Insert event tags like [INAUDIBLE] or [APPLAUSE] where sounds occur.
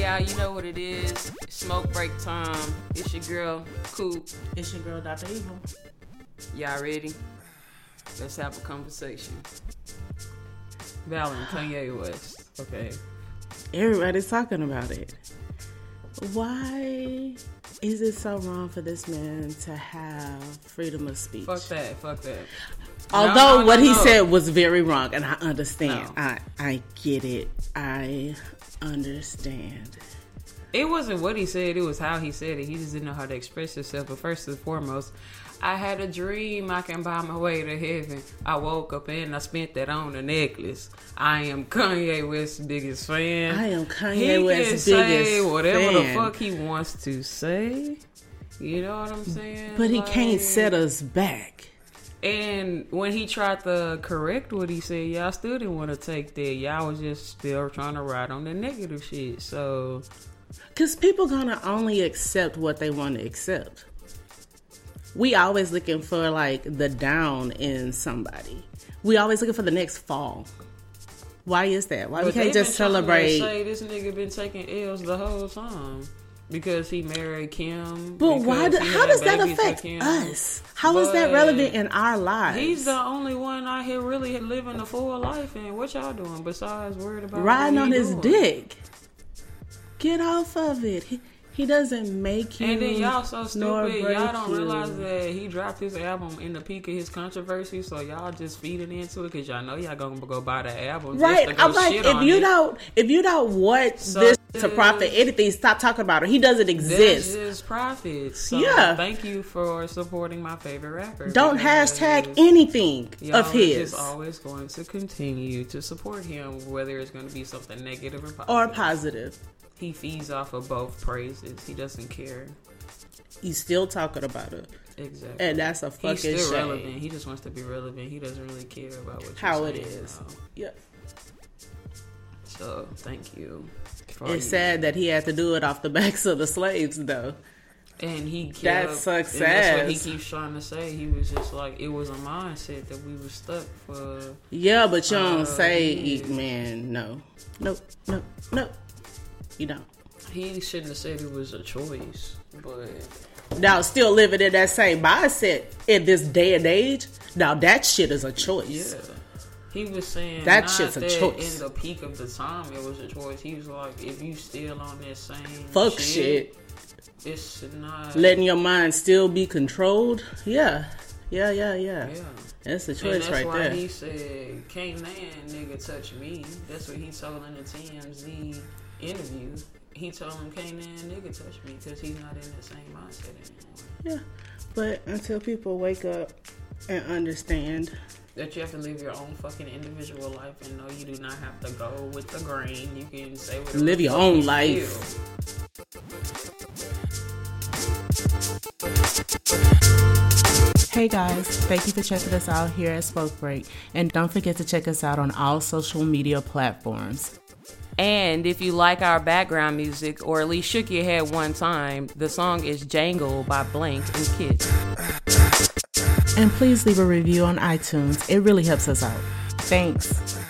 y'all. You know what it is. Smoke break time. It's your girl, Coop. It's your girl, Dr. Evil. Y'all ready? Let's have a conversation. Valen, Kanye West. Okay. Everybody's talking about it. Why is it so wrong for this man to have freedom of speech? Fuck that. Fuck that. Although No, no, what no, he no. said was very wrong, and I understand. No. I I get it. I understand. It wasn't what he said, it was how he said it. He just didn't know how to express himself. But first and foremost, I had a dream I can buy my way to heaven. I woke up and I spent that on a necklace. I am Kanye West's biggest fan. I am Kanye he can West's say biggest whatever the fan. fuck he wants to say. You know what I'm saying? But he can't Like- set us back. And when he tried to correct what he said, y'all still didn't want to take that. Y'all was just still trying to ride on the negative shit. So Cause people gonna only accept what they want to accept. We always looking for like the down in somebody. We always looking for the next fall. Why is that? Why we But can't they just been trying to celebrate? Say this nigga been taking L's the whole time because he married Kim. but why? Do, because he how had does that babies with affect Kim. us? How is that But relevant in our lives? He's the only one out here really living a full life, and what y'all doing besides worried about riding what on he his doing? dick. Get off of it. He, he doesn't make you. And then y'all so nor stupid. break Y'all don't you. realize that he dropped his album in the peak of his controversy, so y'all just feeding into it because y'all know y'all gonna go buy the album. Right, Just to go I'm like, shit if on you it. don't, if you don't want So this to profit this- anything, stop talking about it. He doesn't That's exist. just profits. So Yeah. Thank you for supporting my favorite rapper. Don't because hashtag anything y'all of Is his always going to continue to support him, whether it's going to be something negative or positive. or positive. he feeds off of both praises. He doesn't care. He's still talking about it, Exactly. and that's a He's fucking still shame. relevant. He just wants to be relevant. He doesn't really care about what you're How it saying is. now. Yeah. So thank you. for It's you. sad that he had to do it off the [LAUGHS] backs of the slaves, though. And he kept, That's And that's what he success. keeps trying to say. He was just like it was a mindset that we were stuck for. Yeah, but you don't Uh, say, "E-, he is. man, no, nope, nope, nope. You don't. He shouldn't have said it was a choice, but Now, still living in that same mindset in this day and age. Now, that shit is a choice. yeah, he was saying That not shit's a that choice. In the peak of the time, it was a choice. He was like, if you still on that same Fuck shit. it's not. Letting your mind still be controlled. Yeah. Yeah, yeah, yeah. yeah. That's a And choice that's right why there. he said, "Can't man nigga touch me." That's what he told in the TMZ interview. He told him, "Can't man nigga touch me," because he's not in the same mindset anymore. Yeah. But until people wake up and understand, that you have to live your own fucking individual life and no you do not have to go with the grain you can say whatever Live your the fuck own you life. feel. Hey guys, thank you for checking us out here at Smoke Break. And don't forget to check us out on all social media platforms. And if you like our background music, or at least shook your head one time, the song is Jangle by Blank and Kit. And please leave a review on iTunes, it really helps us out. Thanks.